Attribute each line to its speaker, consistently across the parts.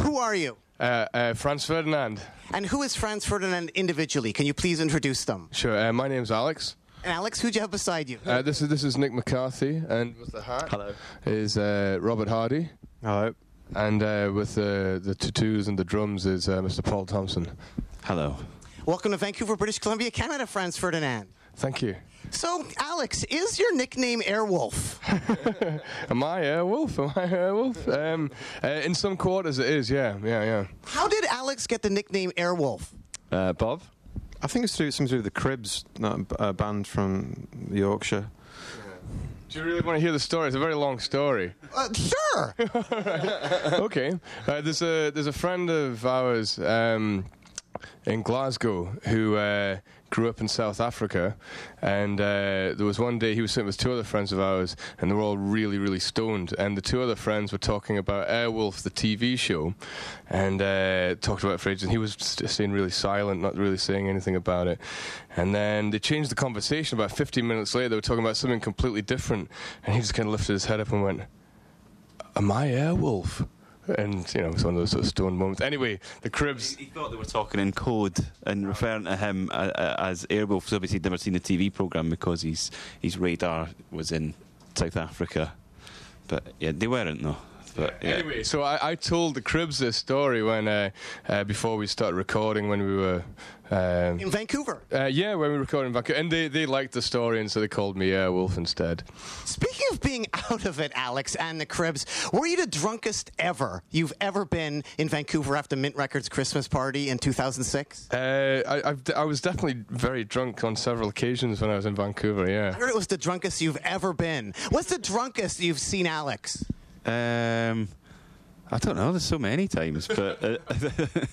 Speaker 1: Who are you?
Speaker 2: Uh, uh, Franz Ferdinand.
Speaker 1: And who is Franz Ferdinand individually? Can you please introduce them?
Speaker 2: Sure. Uh, my name's Alex.
Speaker 1: And Alex, who'd you have beside you?
Speaker 2: Uh, this is this is Nick McCarthy, and with the hat is uh, Robert Hardy,
Speaker 3: Hello.
Speaker 2: and uh, with the the tattoos and the drums is uh, Mr. Paul Thompson.
Speaker 3: Hello.
Speaker 1: Welcome to Vancouver, British Columbia, Canada, Franz Ferdinand.
Speaker 2: Thank you.
Speaker 1: So, Alex, is your nickname Airwolf?
Speaker 2: Am I a wolf? Am I a wolf? Um, uh, in some quarters, it is. Yeah, yeah, yeah.
Speaker 1: How did Alex get the nickname Airwolf?
Speaker 4: Uh, Bob?
Speaker 3: I think it's to do something to do with the Cribs, that b- uh, band from Yorkshire.
Speaker 2: Do you really want to hear the story? It's a very long story.
Speaker 1: Uh, sure.
Speaker 2: okay. Uh, there's a there's a friend of ours um, in Glasgow who uh, grew up in South Africa, and uh, there was one day he was sitting with two other friends of ours, and they were all really really stoned, and the two other friends were talking about Airwolf, the TV show, and uh, talked about it for ages, and he was st- staying really silent, not really saying anything about it, and then they changed the conversation about 15 minutes later. They were talking about something completely different, and he just kind of lifted his head up and went am I Airwolf? And you know, it's one of those sort of stone moments. Anyway, the Cribs.
Speaker 4: He thought they were talking in code and referring to him uh, uh, as Airwolf. So obviously, he'd never seen the TV program because his his radar was in South Africa. But yeah, they weren't though. But yeah.
Speaker 2: Anyway, so I, I told the Cribs this story when uh, uh, before we started recording when we were. Um,
Speaker 1: In Vancouver.
Speaker 2: uh, yeah, when we recorded in Vancouver, and they, they liked the story, and so they called me Airwolf instead.
Speaker 1: Speaking of being out of it, Alex and the Cribs, were you the drunkest ever you've ever been in Vancouver after Mint Records Christmas party in 2006?
Speaker 2: Uh, I, I've, d- I was definitely very drunk on several occasions when I was in Vancouver.
Speaker 1: I
Speaker 2: Yeah,
Speaker 1: heard it was the drunkest you've ever been. What's the drunkest you've seen, Alex?
Speaker 4: Um, I don't know. There's so many times, but uh,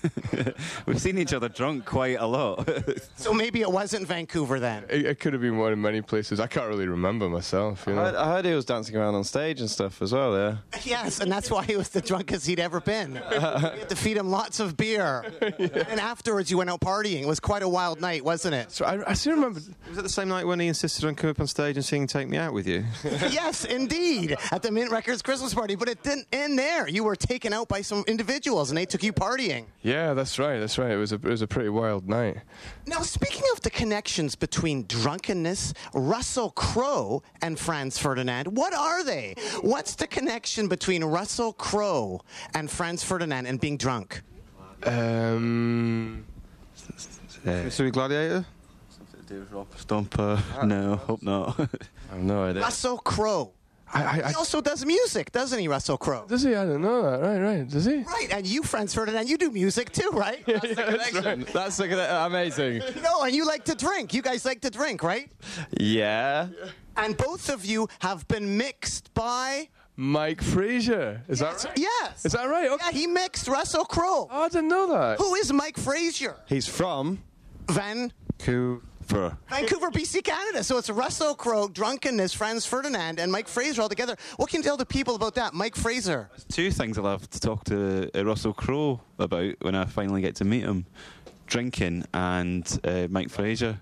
Speaker 4: we've seen each other drunk quite a lot.
Speaker 1: So maybe it wasn't Vancouver then.
Speaker 2: it, it could have been one in many places. I can't really remember myself. You
Speaker 5: I
Speaker 2: know?
Speaker 5: heard, I heard he was dancing around on stage and stuff as well. Yeah.
Speaker 1: Yes, and that's why he was the drunkest he'd ever been. we had to feed him lots of beer. And afterwards, you went out partying. It was quite a wild night, wasn't it?
Speaker 2: so I, I still remember.
Speaker 3: Was that the same night when he insisted on coming up on stage and singing "Take Me Out with You"?
Speaker 1: yes, indeed, at the Mint Records Christmas party. But it didn't end there. You were taken out by some individuals, and they took you partying.
Speaker 2: Yeah, that's right. That's right. It was a it was a pretty wild night.
Speaker 1: Now, speaking of the connections between drunkenness, Russell Crowe, and Franz Ferdinand, what are they? What's the connection between Russell Crowe and Franz Ferdinand and being drunk?
Speaker 2: Um,
Speaker 4: Uh,
Speaker 3: So we gladiator.
Speaker 4: Rob Stomper? No, hope not.
Speaker 5: I have no idea.
Speaker 1: Russell Crowe.
Speaker 2: I, I, I,
Speaker 1: He also does music, doesn't he, Russell Crowe?
Speaker 2: does he? I don't know that. Right, right. Does he?
Speaker 1: Right, and you, Franz Ferdinand, you do music too, right?
Speaker 5: That's, the conne- amazing.
Speaker 1: No, and you like to drink. You guys like to drink, right?
Speaker 5: Yeah.
Speaker 1: And both of you have been mixed by.
Speaker 2: Mike Frazier. Is that right?
Speaker 1: Yes.
Speaker 2: Is that right? Okay.
Speaker 1: Yeah, he mixed Russell Crowe.
Speaker 2: Oh, I didn't know that.
Speaker 1: Who is Mike Frazier?
Speaker 5: He's from.
Speaker 1: Van
Speaker 3: Cool.
Speaker 4: For
Speaker 1: Vancouver, BC, Canada. So it's Russell Crowe, drunkenness, Franz Ferdinand, and Mike Fraser all together. What can you tell the people about that, Mike Fraser?
Speaker 4: two things I'll have to talk to uh, Russell Crowe about when I finally get to meet him: drinking and uh, Mike Fraser.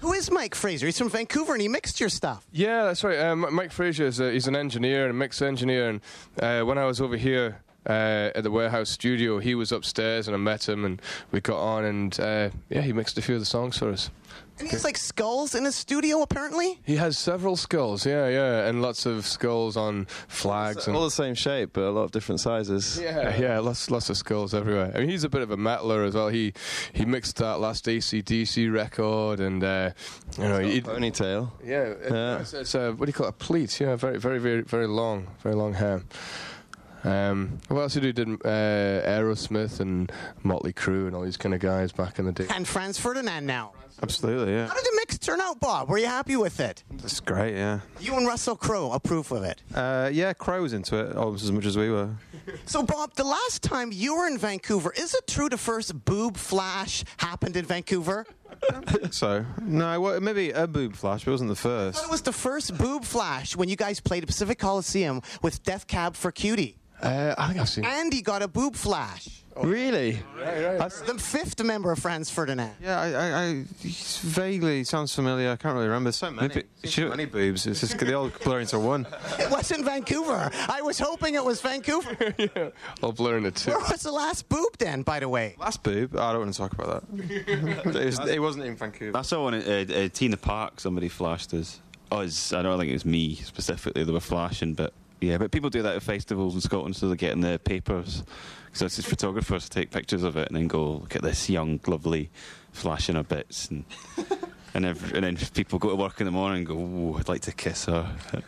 Speaker 1: Who is Mike Fraser? He's from Vancouver and he mixed your stuff.
Speaker 2: Yeah, that's right. Um, Mike Frazier is a, he's an engineer and a mix engineer. And uh, when I was over here. uh, at the warehouse studio. He was upstairs, and I met him, and we got on, and uh, yeah, he mixed a few of the songs for us.
Speaker 1: And he has like skulls in his studio, apparently.
Speaker 2: He has several skulls, yeah, yeah, and lots of skulls on flags. and
Speaker 5: All the same shape, but a lot of different sizes.
Speaker 2: Yeah, yeah, lots lots of skulls everywhere. I mean, he's a bit of a metaler as well. He he mixed that last ACDC record, and uh, you know, he,
Speaker 5: Ponytail.
Speaker 2: yeah, it-
Speaker 5: Yeah.
Speaker 2: It's, it's a, what do you call it? A pleat? Yeah, very very very very long, very long hair. Um, what else did he do? Did uh, Aerosmith and Motley Crue and all these kind of guys back in the day?
Speaker 1: And Franz Ferdinand now.
Speaker 3: Absolutely, yeah.
Speaker 1: How did the mix turn out, Bob? Were you happy with it?
Speaker 3: That's great, yeah.
Speaker 1: You and Russell Crowe approve of it.
Speaker 3: Uh, yeah, Crow was into it almost as much as we were.
Speaker 1: So, Bob, the last time you were in Vancouver, is it true the first boob flash happened in Vancouver?
Speaker 3: So, no, well, maybe a boob flash, but it wasn't the
Speaker 1: I
Speaker 3: first.
Speaker 1: thought it was the first boob flash when you guys played at Pacific Coliseum with Death Cab for Cutie.
Speaker 2: Uh, I think I've seen.
Speaker 1: Andy got a boob flash.
Speaker 5: Really?
Speaker 1: The fifth member of Franz Ferdinand.
Speaker 3: Yeah, I, I, I it's vaguely sounds familiar. I can't really remember. So many,
Speaker 5: Maybe-
Speaker 3: Seen
Speaker 5: should-
Speaker 3: so many boobs. It's just they all blur into one.
Speaker 1: It wasn't Vancouver. I was hoping it was Vancouver.
Speaker 2: I'll blur into two.
Speaker 1: Where was the last boob then, by the way?
Speaker 3: Last boob. Oh, I don't want to talk about that. it, was, it wasn't in Vancouver.
Speaker 4: I saw one at uh, uh, Tina Park. Somebody flashed us. Us. I don't think it was me specifically. They were flashing, but yeah. But people do that at festivals in Scotland, so they're getting their papers. So it's just photographers take pictures of it and then go look at this young, lovely, flashing her bits, and and, ev and then people go to work in the morning and go, "Ooh, I'd like to kiss her."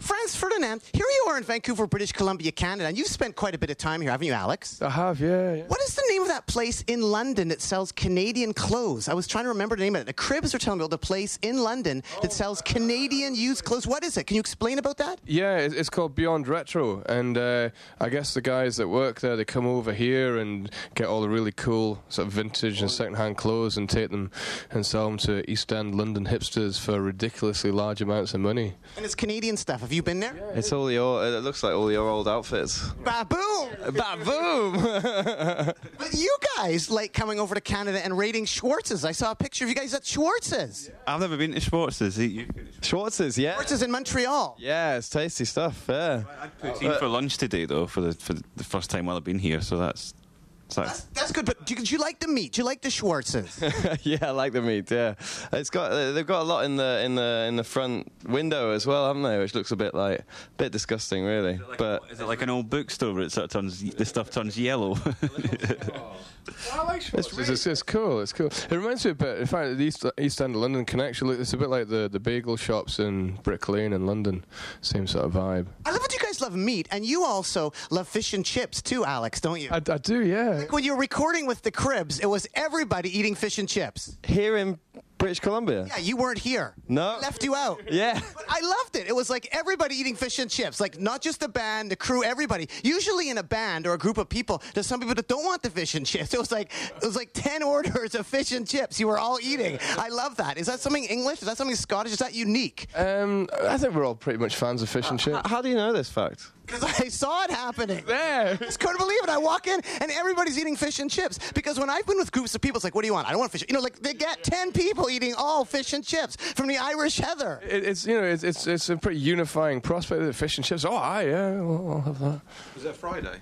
Speaker 1: Franz Ferdinand, here you are in Vancouver, British Columbia, Canada, and you've spent quite a bit of time here, haven't you, Alex?
Speaker 2: I have, yeah. yeah.
Speaker 1: What is the name of that place in London that sells Canadian clothes? I was trying to remember the name of it. The Cribs are telling me about the place in London that sells Canadian used clothes. What is it? Can you explain about that?
Speaker 2: Yeah, it- it's called Beyond Retro, and uh, I guess the guys that work there they come over here and get all the really cool sort of vintage and secondhand clothes and take them and sell them to East End London hipsters for ridiculously large amounts of money.
Speaker 1: And it's Canadian stuff. Have you been there?
Speaker 5: It's all your. It looks like all your old outfits.
Speaker 1: Baboom!
Speaker 5: Baboom!
Speaker 1: But you guys like coming over to Canada and raiding Schwartz's. I saw a picture of you guys at Schwartz's.
Speaker 4: I've never been to Schwartz's. You-
Speaker 5: Schwartz's, yeah.
Speaker 1: Schwartz's in Montreal.
Speaker 5: Yeah, it's tasty stuff. Yeah.
Speaker 4: Poutine for lunch today, though, for the for the first time while I've been here. So that's
Speaker 1: That's,
Speaker 4: that's
Speaker 1: that's good, but do you, do you like the meat? Do you like the Schwartz's?
Speaker 5: yeah, I like the meat. Yeah, it's got uh, they've got a lot in the in the in the front window as well, haven't they? Which looks a bit like a bit disgusting, really. but
Speaker 4: is it like an old bookstore where it sort of turns the stuff turns yellow?
Speaker 2: It's, it's, it's cool. It's cool. It reminds me a bit. In fact, the East, East End London connection. It's a bit like the, the bagel shops in Brick Lane in London. Same sort of vibe.
Speaker 1: I love that you guys love meat, and you also love fish and chips too, Alex, don't you?
Speaker 2: I, I do, yeah.
Speaker 1: when you were recording with the Cribs, it was everybody eating fish and chips.
Speaker 5: here in British Columbia,
Speaker 1: Yeah, you weren't here.
Speaker 5: No.
Speaker 1: Left you out.
Speaker 5: yeah,
Speaker 1: But I loved it. It was like everybody eating fish and chips, like not just the band, the crew, everybody. Usually in a band or a group of people, there's some people that don't want the fish and chips. It was like it was like ten orders of fish and chips you were all eating. I love that. Is that something English? Is that something Scottish? Is that unique?
Speaker 2: Um, I think we're all pretty much fans of fish and chips.
Speaker 5: How do you know this fact?
Speaker 1: Because I saw it happening.
Speaker 2: There.
Speaker 1: just couldn't believe it. I walk in and everybody's eating fish and chips because when I've been with groups of people, it's like, what do you want? I don't want fish. You know, like they get ten people eating all fish and chips from the Irish heather.
Speaker 2: It, it's you know it's, it's it's a pretty unifying prospect that fish and chips. Oh, aye, yeah, well, I'll have that.
Speaker 3: Was that Friday?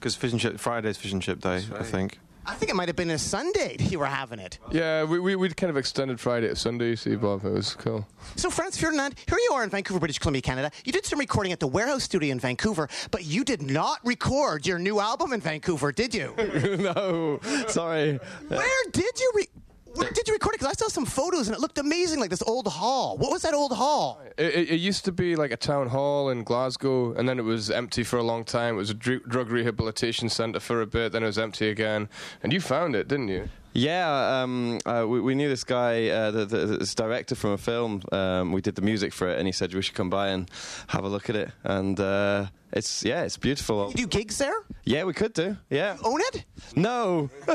Speaker 3: Because fish and chip Friday's fish and chip day, I think.
Speaker 1: I think it might have been a Sunday you were having it.
Speaker 2: Yeah, we we would kind of extended Friday to Sunday. You see, Bob, it was cool.
Speaker 1: So, Franz Ferdinand, here you are in Vancouver, British Columbia, Canada. You did some recording at the Warehouse Studio in Vancouver, but you did not record your new album in Vancouver, did you?
Speaker 5: no, sorry.
Speaker 1: Where did you? Re- where did you record it? Because I saw some photos and it looked amazing, like this old hall. What was that old hall?
Speaker 2: It, it, it used to be like a town hall in Glasgow, and then it was empty for a long time. It was a dr- drug rehabilitation centre for a bit, then it was empty again. And you found it, didn't you?
Speaker 5: Yeah, um, uh, we, we knew this guy, uh, the, the, this director from a film. Um, we did the music for it, and he said we should come by and have a look at it. And uh, it's yeah, it's beautiful.
Speaker 1: You do Oh. gigs there?
Speaker 5: Yeah, we could do. Yeah,
Speaker 1: Own it?
Speaker 5: no.
Speaker 2: No,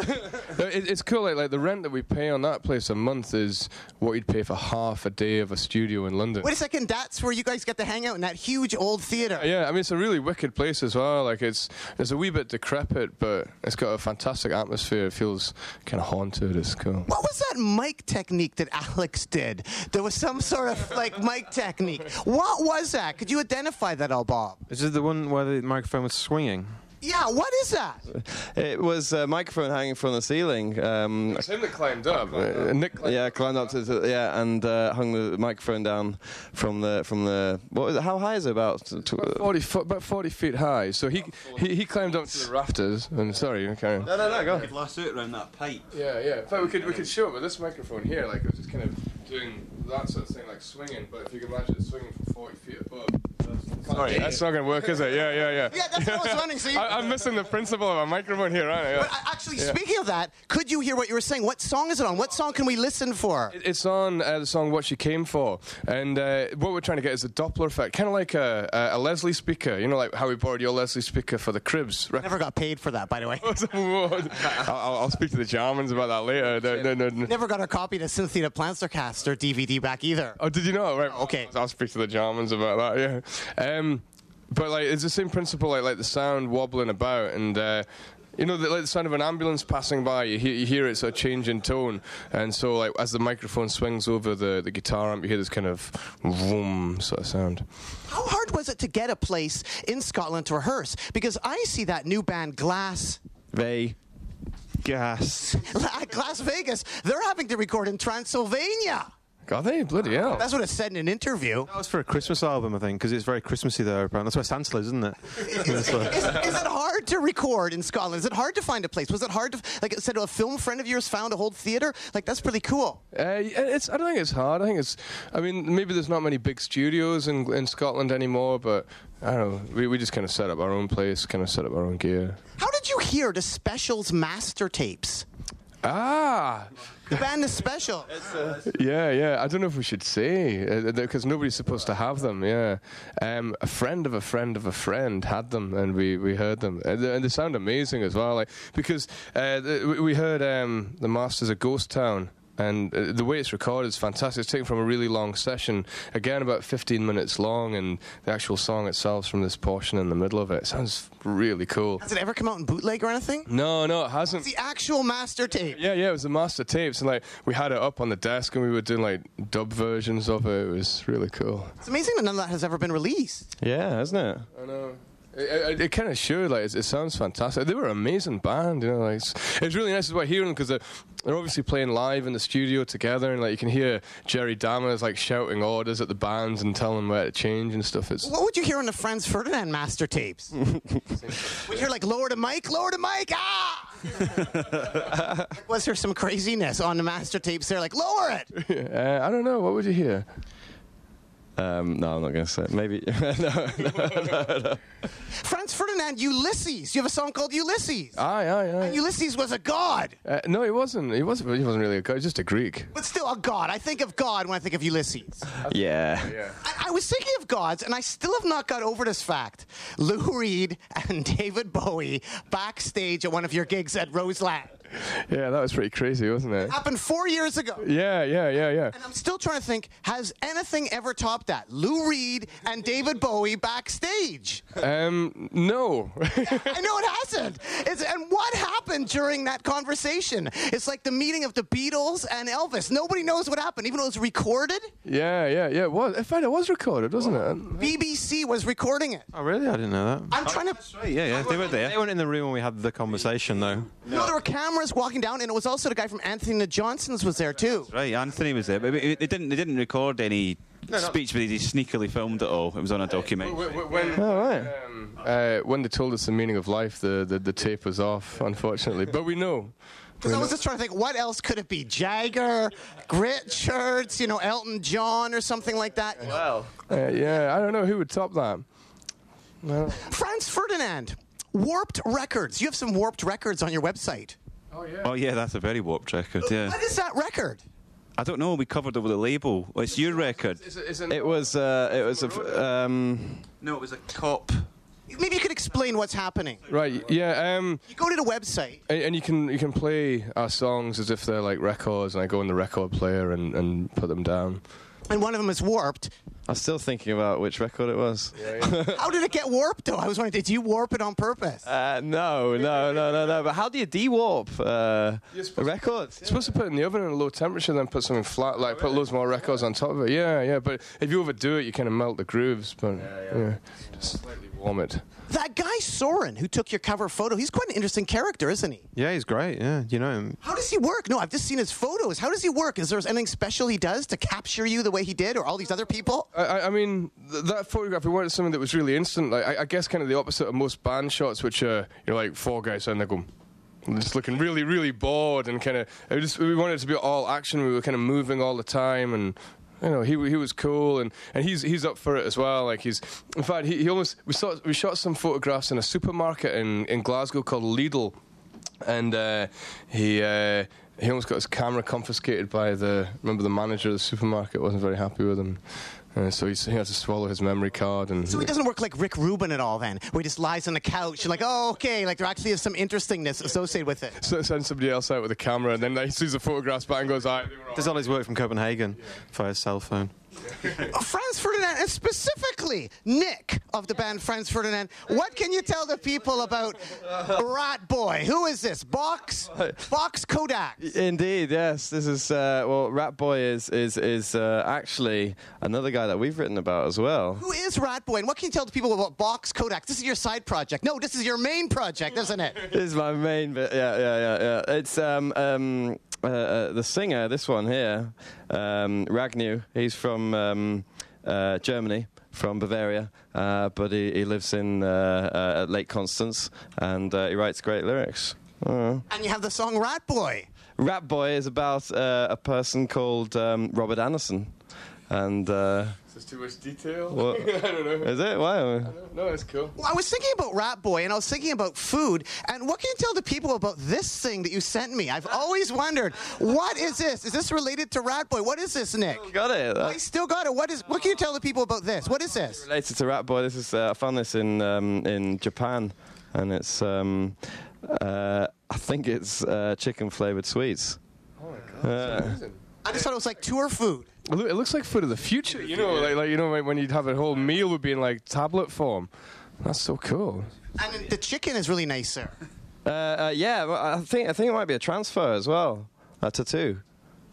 Speaker 2: it, it's cool. Like, like the rent that we pay on that place a month is what you'd pay for half a day of a studio in London.
Speaker 1: Wait a second, that's where you guys get to hang out in that huge old theater.
Speaker 2: Yeah, I mean it's a really wicked place as well. Like it's it's a wee bit decrepit, but it's got a fantastic atmosphere. It feels kind of haunted. It's cool.
Speaker 1: What was that mic technique that Alex did? There was some sort of like mic technique. What was that? Could you identify that, all Bob?
Speaker 3: Is it the one where the microphone was swinging?
Speaker 1: Yeah, what is that?
Speaker 5: It was a microphone hanging from the ceiling. Um,
Speaker 2: It's him that climbed up.
Speaker 5: uh,
Speaker 2: Nick climbed
Speaker 5: yeah, climbed up to the, yeah, and uh, hung the microphone down from the from the what was it, how high is it about? Tw-
Speaker 2: Forty foot, about forty feet high. So he he, he climbed up to the rafters. And sorry, okay.
Speaker 5: no, no, no, go. on.
Speaker 4: Last out around that pipe.
Speaker 2: Yeah, yeah. In fact, we could we could show it with this microphone here. Like it was just kind of doing that sort of thing, like swinging. But if you can imagine it swinging from forty feet above. Sorry, that's not gonna work, is it? Yeah, yeah, yeah.
Speaker 1: Yeah, that's what I was wondering. So you-
Speaker 2: I, am missing the principle of a microphone here, aren't I? Yeah.
Speaker 1: But I- actually, speaking of that, could you hear what you were saying? What song is it on? What song can we listen for?
Speaker 2: It- It's on uh, the song "What She Came For," and uh, what we're trying to get is a Doppler effect, kind of like a, a, a Leslie speaker. You know, like how we borrowed your Leslie speaker for the Cribs. record.
Speaker 1: Never got paid for that, by the way.
Speaker 2: I'll, I'll- I'll speak to the Germans about that later. No, no, no.
Speaker 1: Never got a copy to Cynthia Planstercast or DVD back either.
Speaker 2: Oh, did you know? Right.
Speaker 1: Okay.
Speaker 2: I'll speak to the Germans about that. Yeah. Um, but like, it's the same principle, like like the sound wobbling about, and uh, you know, the, like the sound of an ambulance passing by. You hear, you hear it sort of change in tone, and so like as the microphone swings over the, the guitar amp, you hear this kind of vroom sort of sound.
Speaker 1: How hard was it to get a place in Scotland to rehearse? Because I see that new band Glass.
Speaker 5: They gas.
Speaker 1: At Glass Vegas, they're having to record in Transylvania.
Speaker 2: God, they bloody hell.
Speaker 1: That's what it said in an interview.
Speaker 3: That was for a Christmas album, I think, because it's very Christmassy there. Apparently, that's where Santa lives, isn't it?
Speaker 1: Is, is it hard to record in Scotland? Is it hard to find a place? Was it hard to, like I said, a film friend of yours found a whole theater? Like, that's pretty cool.
Speaker 2: Uh, it's, I don't think it's hard. I think it's. I mean, maybe there's not many big studios in in Scotland anymore, but I don't know. We, we just kind of set up our own place, kind of set up our own gear.
Speaker 1: How did you hear the specials master tapes?
Speaker 2: Ah,
Speaker 1: The band The Special.
Speaker 2: yeah, yeah. I don't know if we should say uh, because nobody's supposed to have them. Yeah, um, a friend of a friend of a friend had them, and we, we heard them, and they, and they sound amazing as well. Like because uh, the, we- we heard um, the Masters of Ghost Town. And uh, the way it's recorded is fantastic. It's taken from a really long session, again about 15 minutes long, and the actual song itself from this portion in the middle of it. It sounds really cool.
Speaker 1: Has it ever come out in bootleg or anything?
Speaker 2: No, no, it hasn't.
Speaker 1: The actual master tape.
Speaker 2: Yeah, yeah, it was the master tapes, and like we had it up on the desk, and we were doing like dub versions of it. It was really cool.
Speaker 1: It's amazing that none of that has ever been released.
Speaker 5: Yeah, isn't it?
Speaker 2: I know. It, it, it kind of showed like it, it sounds fantastic. They were an amazing band, you know. Like it's, it's really nice as well hearing because they're, they're obviously playing live in the studio together, and like you can hear Jerry Dammers like shouting orders at the bands and telling them where to change and stuff. It's
Speaker 1: What would you hear on the Franz Ferdinand master tapes? Would you hear like lower the mic, lower the mic, ah! Like, Was there some craziness on the master tapes? They're like, lower it.
Speaker 2: uh, I don't know what would you hear.
Speaker 5: Um, no, I'm not going to say. It. Maybe no.
Speaker 1: Franz Ferdinand, Ulysses. You have a song called Ulysses.
Speaker 2: Aye, aye, aye.
Speaker 1: Ulysses was a god,
Speaker 2: Uh, no, he wasn't. He wasn't. He wasn't really a guy. He was just a Greek.
Speaker 1: but still a god. I think of God when I think of Ulysses.
Speaker 5: Yeah.
Speaker 1: I, I was thinking of gods, and I still have not got over this fact. Lou Reed and David Bowie backstage at one of your gigs at Roseland.
Speaker 2: Yeah, that was pretty crazy, wasn't it?
Speaker 1: Happened four years ago.
Speaker 2: Yeah, yeah, yeah, yeah.
Speaker 1: And I'm still trying to think has anything ever topped that? Lou Reed and David Bowie backstage.
Speaker 2: Um, no.
Speaker 1: I know it hasn't. It's, and what happened during that conversation? It's like the meeting of the Beatles and Elvis. Nobody knows what happened, even though it was recorded.
Speaker 2: yeah, yeah, yeah. It was. In fact, it was recorded, wasn't it?
Speaker 1: BBC was recording it.
Speaker 3: Oh, really? I didn't know that.
Speaker 1: I'm trying to.
Speaker 5: Oh,
Speaker 4: Right, yeah, yeah, they were
Speaker 3: They
Speaker 4: there.
Speaker 3: weren't in the room when we had the conversation, though.
Speaker 1: No. there were cameras walking down, and it was also the guy from Anthony and the Johnsons was there too.
Speaker 4: Right, Anthony was there, but they didn't. They didn't record any speech, but they just sneakily filmed it all. It was on a document.
Speaker 2: When,
Speaker 5: All right.
Speaker 2: um, uh, when they told us the meaning of life, the, the, the tape was off, unfortunately. But we know.
Speaker 1: Because I was just trying to think, what else could it be? Jagger, Richards, you know, Elton John, or something like that. you know?
Speaker 2: Uh, yeah, I don't know who would top that.
Speaker 1: Franz Ferdinand, Warped Records. You have some Warped Records on your website.
Speaker 4: Oh yeah, that's a very warped record. Yeah,
Speaker 1: What is that record?
Speaker 4: I don't know. We covered over the label. Well, it's your record.
Speaker 5: It was. Uh, it was a. f- Um,
Speaker 4: No, it was a cop.
Speaker 1: Maybe you could explain what's happening.
Speaker 2: right. Yeah. Um,
Speaker 1: You go to the website.
Speaker 2: and, and you can you can play our songs as if they're like records, and I go in the record player and, and put them down.
Speaker 1: and one of them is warped.
Speaker 5: I'm still thinking about which record it was.
Speaker 1: How did it get warped though? I was wondering, did you warp it on purpose?
Speaker 5: Uh, no, no, no, no, no. But how do you de-warp uh,
Speaker 2: You're supposed
Speaker 5: a
Speaker 2: to-
Speaker 5: record?
Speaker 2: You're supposed to put it in the oven at a low temperature, then put something flat, like put loads more records on top of it. Yeah, yeah. But if you overdo it, you kind of melt the grooves. But yeah, just slightly warm it.
Speaker 1: That guy Soren who took your cover photo, he's quite an interesting character, isn't he?
Speaker 3: Yeah, he's great. Yeah, you know him.
Speaker 1: How does he work? No, I've just seen his photos. How does he work? Is there anything special he does to capture you the way he did or all these other people?
Speaker 2: I- I, I mean, th- that photograph, it wanted something that was really instant. Like, I, I guess kind of the opposite of most band shots, which are, you're like four guys and they're going, just looking really, really bored and kind of, I just, we wanted it to be all action. We were kind of moving all the time and, you know, he, he was cool and, and he's, he's up for it as well. Like he's, in fact, he, he almost, we, saw, we shot some photographs in a supermarket in, in Glasgow called Lidl and uh, he uh, he almost got his camera confiscated by the remember the manager of the supermarket wasn't very happy with him, uh, so he's, he had to swallow his memory card and.
Speaker 1: So he doesn't work like Rick Rubin at all then, where he just lies on the couch and like, oh, okay, like there actually is some interestingness associated with it.
Speaker 2: so send somebody else out with a camera, and then he sees the photographs back and goes, "All right, they were all
Speaker 3: Does all his work from Copenhagen via cell phone.
Speaker 1: Franz Ferdinand, and specifically Nick of the band Franz Ferdinand, what can you tell the people about Rat Boy? Who is this? Box? Box Kodak.
Speaker 5: Indeed, yes. This is uh, well, Rat Boy is is is uh, actually another guy that we've written about as well.
Speaker 1: Who is Rat Boy and what can you tell the people about Box Kodak? This is your side project. No, this is your main project, isn't it?
Speaker 5: this is my main bit. Yeah, yeah, yeah, yeah. It's um, um, uh, uh, the singer. This one here, um, Ragnu. He's from um, uh, Germany, from Bavaria, uh, but he, he lives in uh, uh, Lake Constance, and uh, he writes great lyrics. Uh.
Speaker 1: And you have the song Rat Boy.
Speaker 5: Rat Boy is about uh, a person called um, Robert Anderson, and uh,
Speaker 2: There's too much detail.
Speaker 5: What?
Speaker 2: I don't know.
Speaker 5: is it? Wow.
Speaker 2: No, that's cool.
Speaker 1: Well, I was thinking about Rat Boy and I was thinking about food. And what can you tell the people about this thing that you sent me? I've always wondered, what is this? Is this related to Rat Boy? What is this, Nick?
Speaker 5: Got it.
Speaker 1: I still got it. What is? What can you tell the people about this? What is this?
Speaker 5: related to Rat Boy. This is uh, I found this in um, in Japan, and it's um, uh, I think it's uh, chicken flavored sweets.
Speaker 1: I just thought it was like tour food.
Speaker 2: It loo- it looks like food of the future, you know, like, like you know like when you'd have a whole meal would be in like tablet form. That's so cool.
Speaker 1: And the chicken is really nice, sir.
Speaker 5: Uh, uh, yeah, well, I think I think it might be a transfer as well. A tattoo,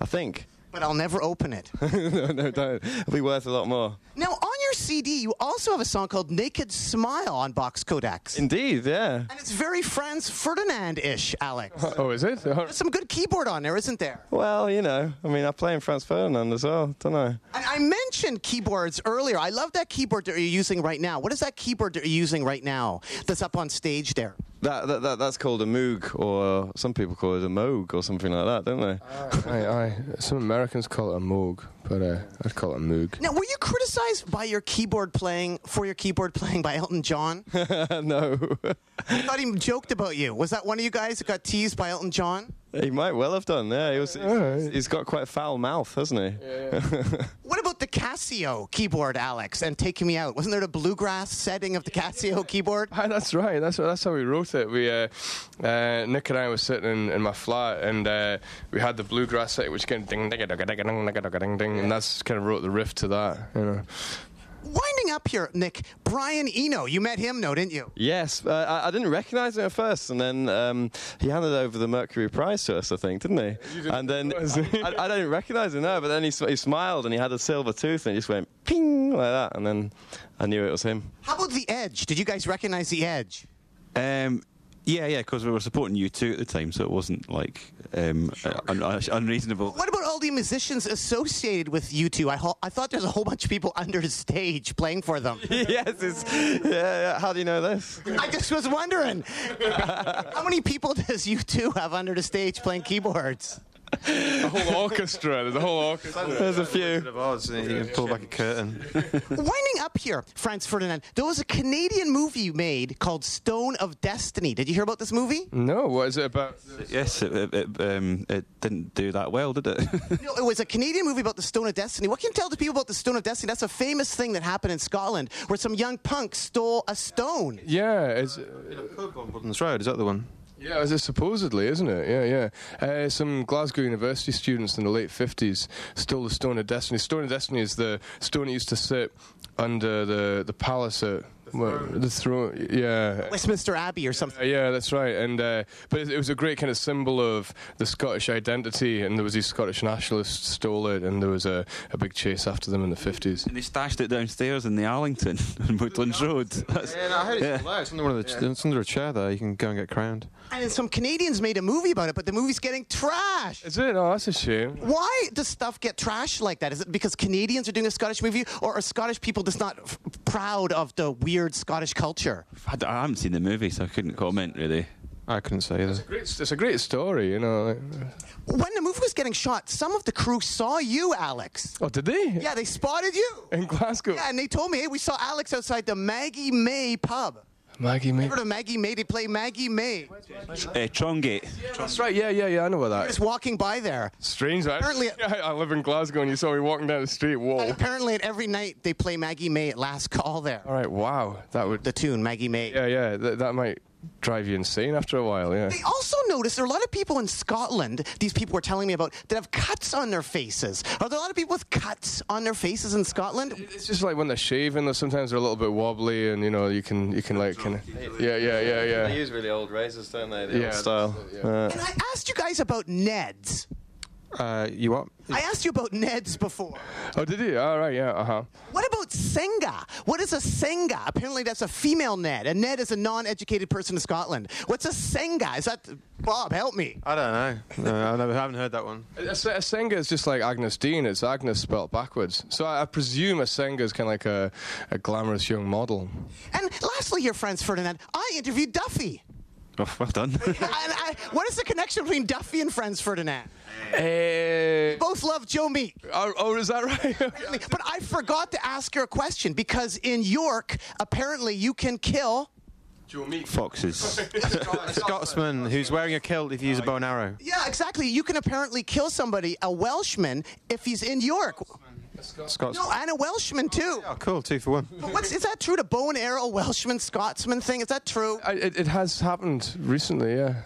Speaker 5: I think.
Speaker 1: But I'll never open it.
Speaker 5: no, no, don't. It'll be worth a lot more.
Speaker 1: now, on your CD, you also have a song called Naked Smile on Box Kodaks.
Speaker 5: Indeed, yeah.
Speaker 1: and it's very Franz Ferdinand ish, Alex.
Speaker 2: Oh, is it? All right.
Speaker 1: There's some good keyboard on there, isn't there?
Speaker 5: Well, you know, I mean, I play in France Ferdinand as well, don't I?
Speaker 1: And I mentioned keyboards earlier. I love that keyboard that you're using right now. What is that keyboard that you're using right now that's up on stage there?
Speaker 5: That, that, that that's called a moog, or some people call it a moog, or something like that, don't they?
Speaker 2: aye, aye. Some Americans call it a moog, but uh, I'd call it a moog.
Speaker 1: Now, were you criticized by your keyboard playing, for your keyboard playing by Elton John?
Speaker 2: Ah.
Speaker 5: no,
Speaker 1: I thought he joked about you. Was that one of you guys that got teased by Elton John?
Speaker 5: he might well have done. Yeah, he was. he's- he's got quite a foul mouth, hasn't he?
Speaker 1: What about the Casio keyboard, Alex, and Take Me Out? Wasn't there the bluegrass setting of the Casio keyboard?
Speaker 2: Aye, that's right. That's that's how we wrote it. We uh, uh, Nick and I were sitting in, in my flat, and uh, we had the bluegrass set, which kind of ding ding ding ding ding ding ding ding, and that's kind of wrote the riff to that. You know,
Speaker 1: Winding up here, Nick, Brian Eno, you met him, no, didn't you?
Speaker 5: Yes, uh, I, I didn't recognise him at first, and then um, he handed over the Mercury Prize to us, I think, didn't he? and then I, I, I didn't recognise him now, but then he, sm- he smiled and he had a silver tooth and he just went ping like that, and then I knew it was him.
Speaker 1: How about The Edge? Did you guys recognize The Edge?
Speaker 4: Um, yeah, yeah, because we were supporting you two at the time, so it wasn't like um, un- un- unreasonable.
Speaker 1: What about all the musicians associated with you two? I, ho- I thought there's a whole bunch of people under stage playing for them.
Speaker 5: yes, it's, yeah, yeah. How do you know this?
Speaker 1: I just was wondering, how many people does you two have under the stage playing keyboards?
Speaker 2: the whole orchestra. There's a whole orchestra.
Speaker 5: There's a few.
Speaker 3: You pull back a curtain.
Speaker 1: Winding up here, Franz Ferdinand, there was a Canadian movie you made called Stone of Destiny. Did you hear about this movie?
Speaker 2: No, what is it about?
Speaker 4: Yes, it, it, it, um, it didn't do that well, did it?
Speaker 1: No, it was a Canadian movie about the Stone of Destiny. What can you tell the people about the Stone of Destiny? That's a famous thing that happened in Scotland where some young punk stole a stone.
Speaker 2: Yeah, it's
Speaker 3: Woodlands Road, is that the one?
Speaker 2: Yeah, is it supposedly, isn't it? Yeah, yeah. Uh, some Glasgow University students in the late 50s stole the Stone of Destiny. Stone of Destiny is the stone that used to sit under the, the palace at well, the throne. Yeah.
Speaker 1: Westminster Abbey or something.
Speaker 2: Uh, yeah, that's right. And uh, but it, it was a great kind of symbol of the Scottish identity, and there was these Scottish nationalists stole it, and there was a, a big chase after them in the fifties.
Speaker 4: And they stashed it downstairs in the Arlington on Woodlands Road. That's,
Speaker 3: Yeah, no, I heard it's loud. It's under, one of the ch- it's under a chair there. You can go and get crowned.
Speaker 1: And then some Canadians made a movie about it, but the movie's getting trashed.
Speaker 2: Is it? Oh, that's a shame.
Speaker 1: Why does stuff get trashed like that? Is it because Canadians are doing a Scottish movie, or are Scottish people just not f- proud of the weird Scottish culture?
Speaker 4: I, d- I haven't seen the movie, so I couldn't comment really.
Speaker 3: I couldn't say either.
Speaker 2: Great, it's a great story, you know. like-
Speaker 1: When the movie was getting shot, some of the crew saw you, Alex.
Speaker 2: Oh, did they?
Speaker 1: Yeah, they spotted you.
Speaker 2: In Glasgow.
Speaker 1: Yeah, and they told me, hey, we saw Alex outside the Maggie May pub.
Speaker 2: Maggie May.
Speaker 1: Remember the Maggie May? They play Maggie May.
Speaker 4: Uh, Trongate.
Speaker 2: That's right. Yeah, yeah, yeah. I know what that.
Speaker 1: Just
Speaker 2: Is.
Speaker 1: walking by there.
Speaker 2: Strange. That.
Speaker 1: Apparently-
Speaker 2: I, I live in Glasgow, and you saw me walking down the street.
Speaker 1: And
Speaker 2: Whoa.
Speaker 1: apparently, at every night they play Maggie May at last call there.
Speaker 2: All right. Wow. That would.
Speaker 1: The tune Maggie May.
Speaker 2: Yeah, yeah. That, that might drive you insane after a while. Yeah.
Speaker 1: They also noticed there are a lot of people in Scotland. These people were telling me about that have cuts on their faces. Are there a lot of people with cuts on their faces in Scotland?
Speaker 2: It's just like when they're shaving. Though sometimes they're a little bit wobbly, and you know you can you can like kind of. Yeah, yeah, yeah, yeah.
Speaker 5: use really old razors, don't they?
Speaker 2: Yeah,
Speaker 5: style. Uh,
Speaker 1: And I asked you guys about Neds.
Speaker 3: Uh, you what?
Speaker 1: I asked you about Neds before.
Speaker 2: Oh, did you? All right. Yeah. Uh huh.
Speaker 1: What about Senga? What is a Senga? Apparently, that's a female Ned. A Ned is a non-educated person in Scotland. What's a Senga? Is that Bob? Help me.
Speaker 3: I don't know. No, I never, haven't heard that one.
Speaker 2: A, se- a senga is just like Agnes Dean. It's Agnes spelt backwards. So I, I presume a senga is kind of like a, a glamorous young model.
Speaker 1: And lastly, here, friends, Ferdinand, I interviewed Duffy.
Speaker 4: Oh, well done.
Speaker 1: and I, what is the connection between Duffy and Friends Ferdinand?
Speaker 2: Eh,
Speaker 1: Both love Joe Meek.
Speaker 2: oh, oh, is that right?
Speaker 1: Apparently- But I forgot to ask her a question because in York, apparently you can kill.
Speaker 4: Foxes.
Speaker 3: A Scotsman who's wearing a kilt if you use a bow and arrow.
Speaker 1: Yeah, exactly. You can apparently kill somebody, a Welshman, if he's in York.
Speaker 3: Scots.
Speaker 1: No, and a Welshman too.
Speaker 3: Oh, cool. Two for one.
Speaker 1: But what's is that true? The bow and arrow Welshman Scotsman thing? Is that true?
Speaker 2: I, it, it has happened recently. Yeah.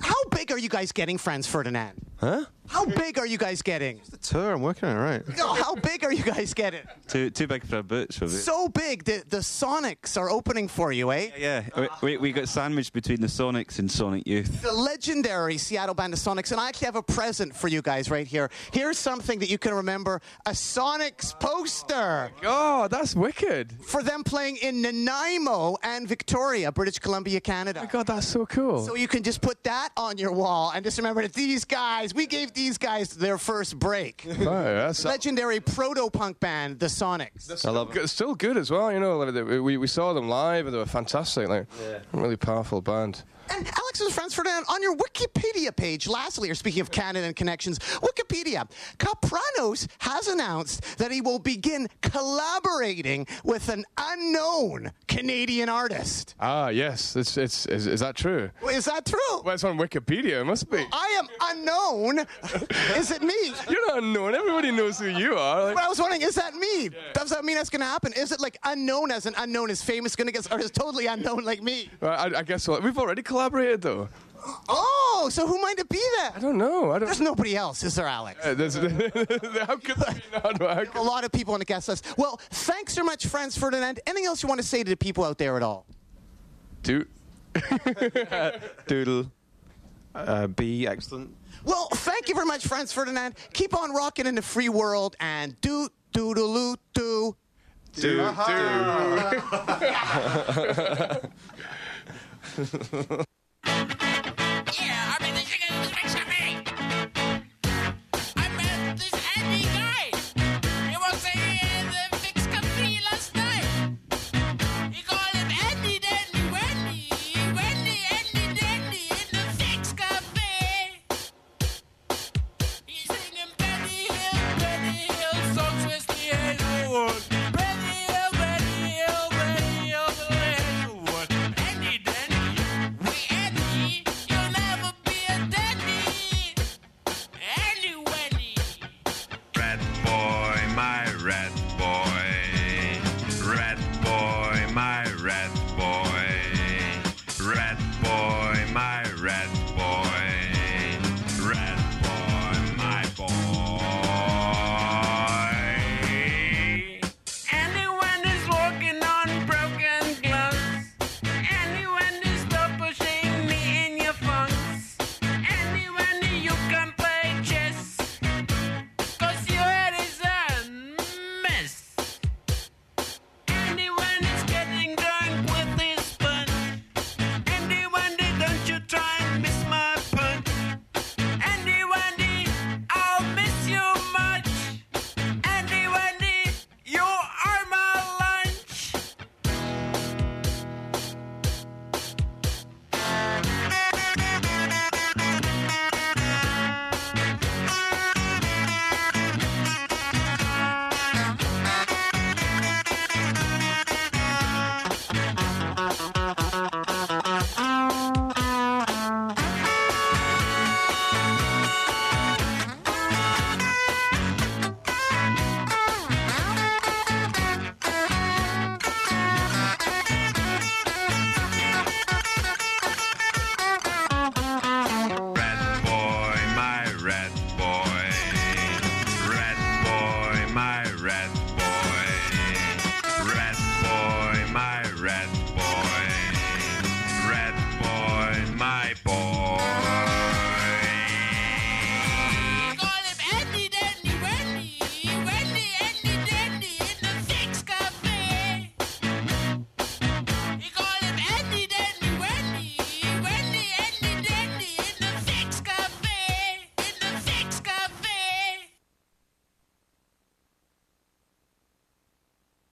Speaker 1: How big are you guys getting, friends, Ferdinand?
Speaker 3: Huh?
Speaker 1: How big are you guys getting?
Speaker 3: The tour. I'm working on it, right?
Speaker 1: No, how big are you guys getting?
Speaker 4: too too big for our boots, was it?
Speaker 1: So big that the Sonics are opening for you, eh?
Speaker 4: yeah, we, we, we got sandwiched between the Sonics and Sonic Youth.
Speaker 1: the legendary Seattle band of Sonics, and I actually have a present for you guys right here. Here's something that you can remember: a Sonics poster
Speaker 2: Oh, that's wicked.
Speaker 1: for them playing in Nanaimo and Victoria, British Columbia, Canada.
Speaker 2: God, that's so cool.
Speaker 1: So you can just put that on your wall, and just remember that these guys, we gave these guys their first break.
Speaker 2: Oh, that's,
Speaker 1: legendary proto-punk band, the Sonics.
Speaker 2: I love Still good as well, you know. Like they- we, we saw them live and they were fantastic. Like, really powerful band.
Speaker 1: And Alex and friends Ferdinand, on your Wikipedia page, lastly, or speaking of canon and connections, Wikipedia, Kapranos has announced that he will begin collaborating with an unknown Canadian artist.
Speaker 2: Ah, yes. It's, it's, is, is that true?
Speaker 1: Is that true?
Speaker 2: Well, it's on Wikipedia. It must be.
Speaker 1: I am unknown. is it me?
Speaker 2: You're not unknown. Everybody knows who you are.
Speaker 1: But
Speaker 2: Like,
Speaker 1: I was wondering, is that me? Does that mean that's going to happen? Is it like unknown as an unknown is famous going to get, or is totally unknown like me?
Speaker 2: I, I guess what, we've already collaborated, though.
Speaker 1: Oh, so who might it be
Speaker 2: I
Speaker 1: then?
Speaker 2: don't know. I
Speaker 1: There's
Speaker 2: don't.
Speaker 1: nobody else, is there, Alex?
Speaker 2: Uh, there's, how could there be not? How
Speaker 1: a
Speaker 2: could-
Speaker 1: lot of people on the guest list. Well, thanks so much, friends, Ferdinand. Anything else you want to say to the people out there at all?
Speaker 2: Dude.
Speaker 3: Doodle. Uh, be excellent.
Speaker 1: Well, thank you very much, friends, Ferdinand. Keep on rocking in the free world and do do do do.
Speaker 2: Dude. Dude.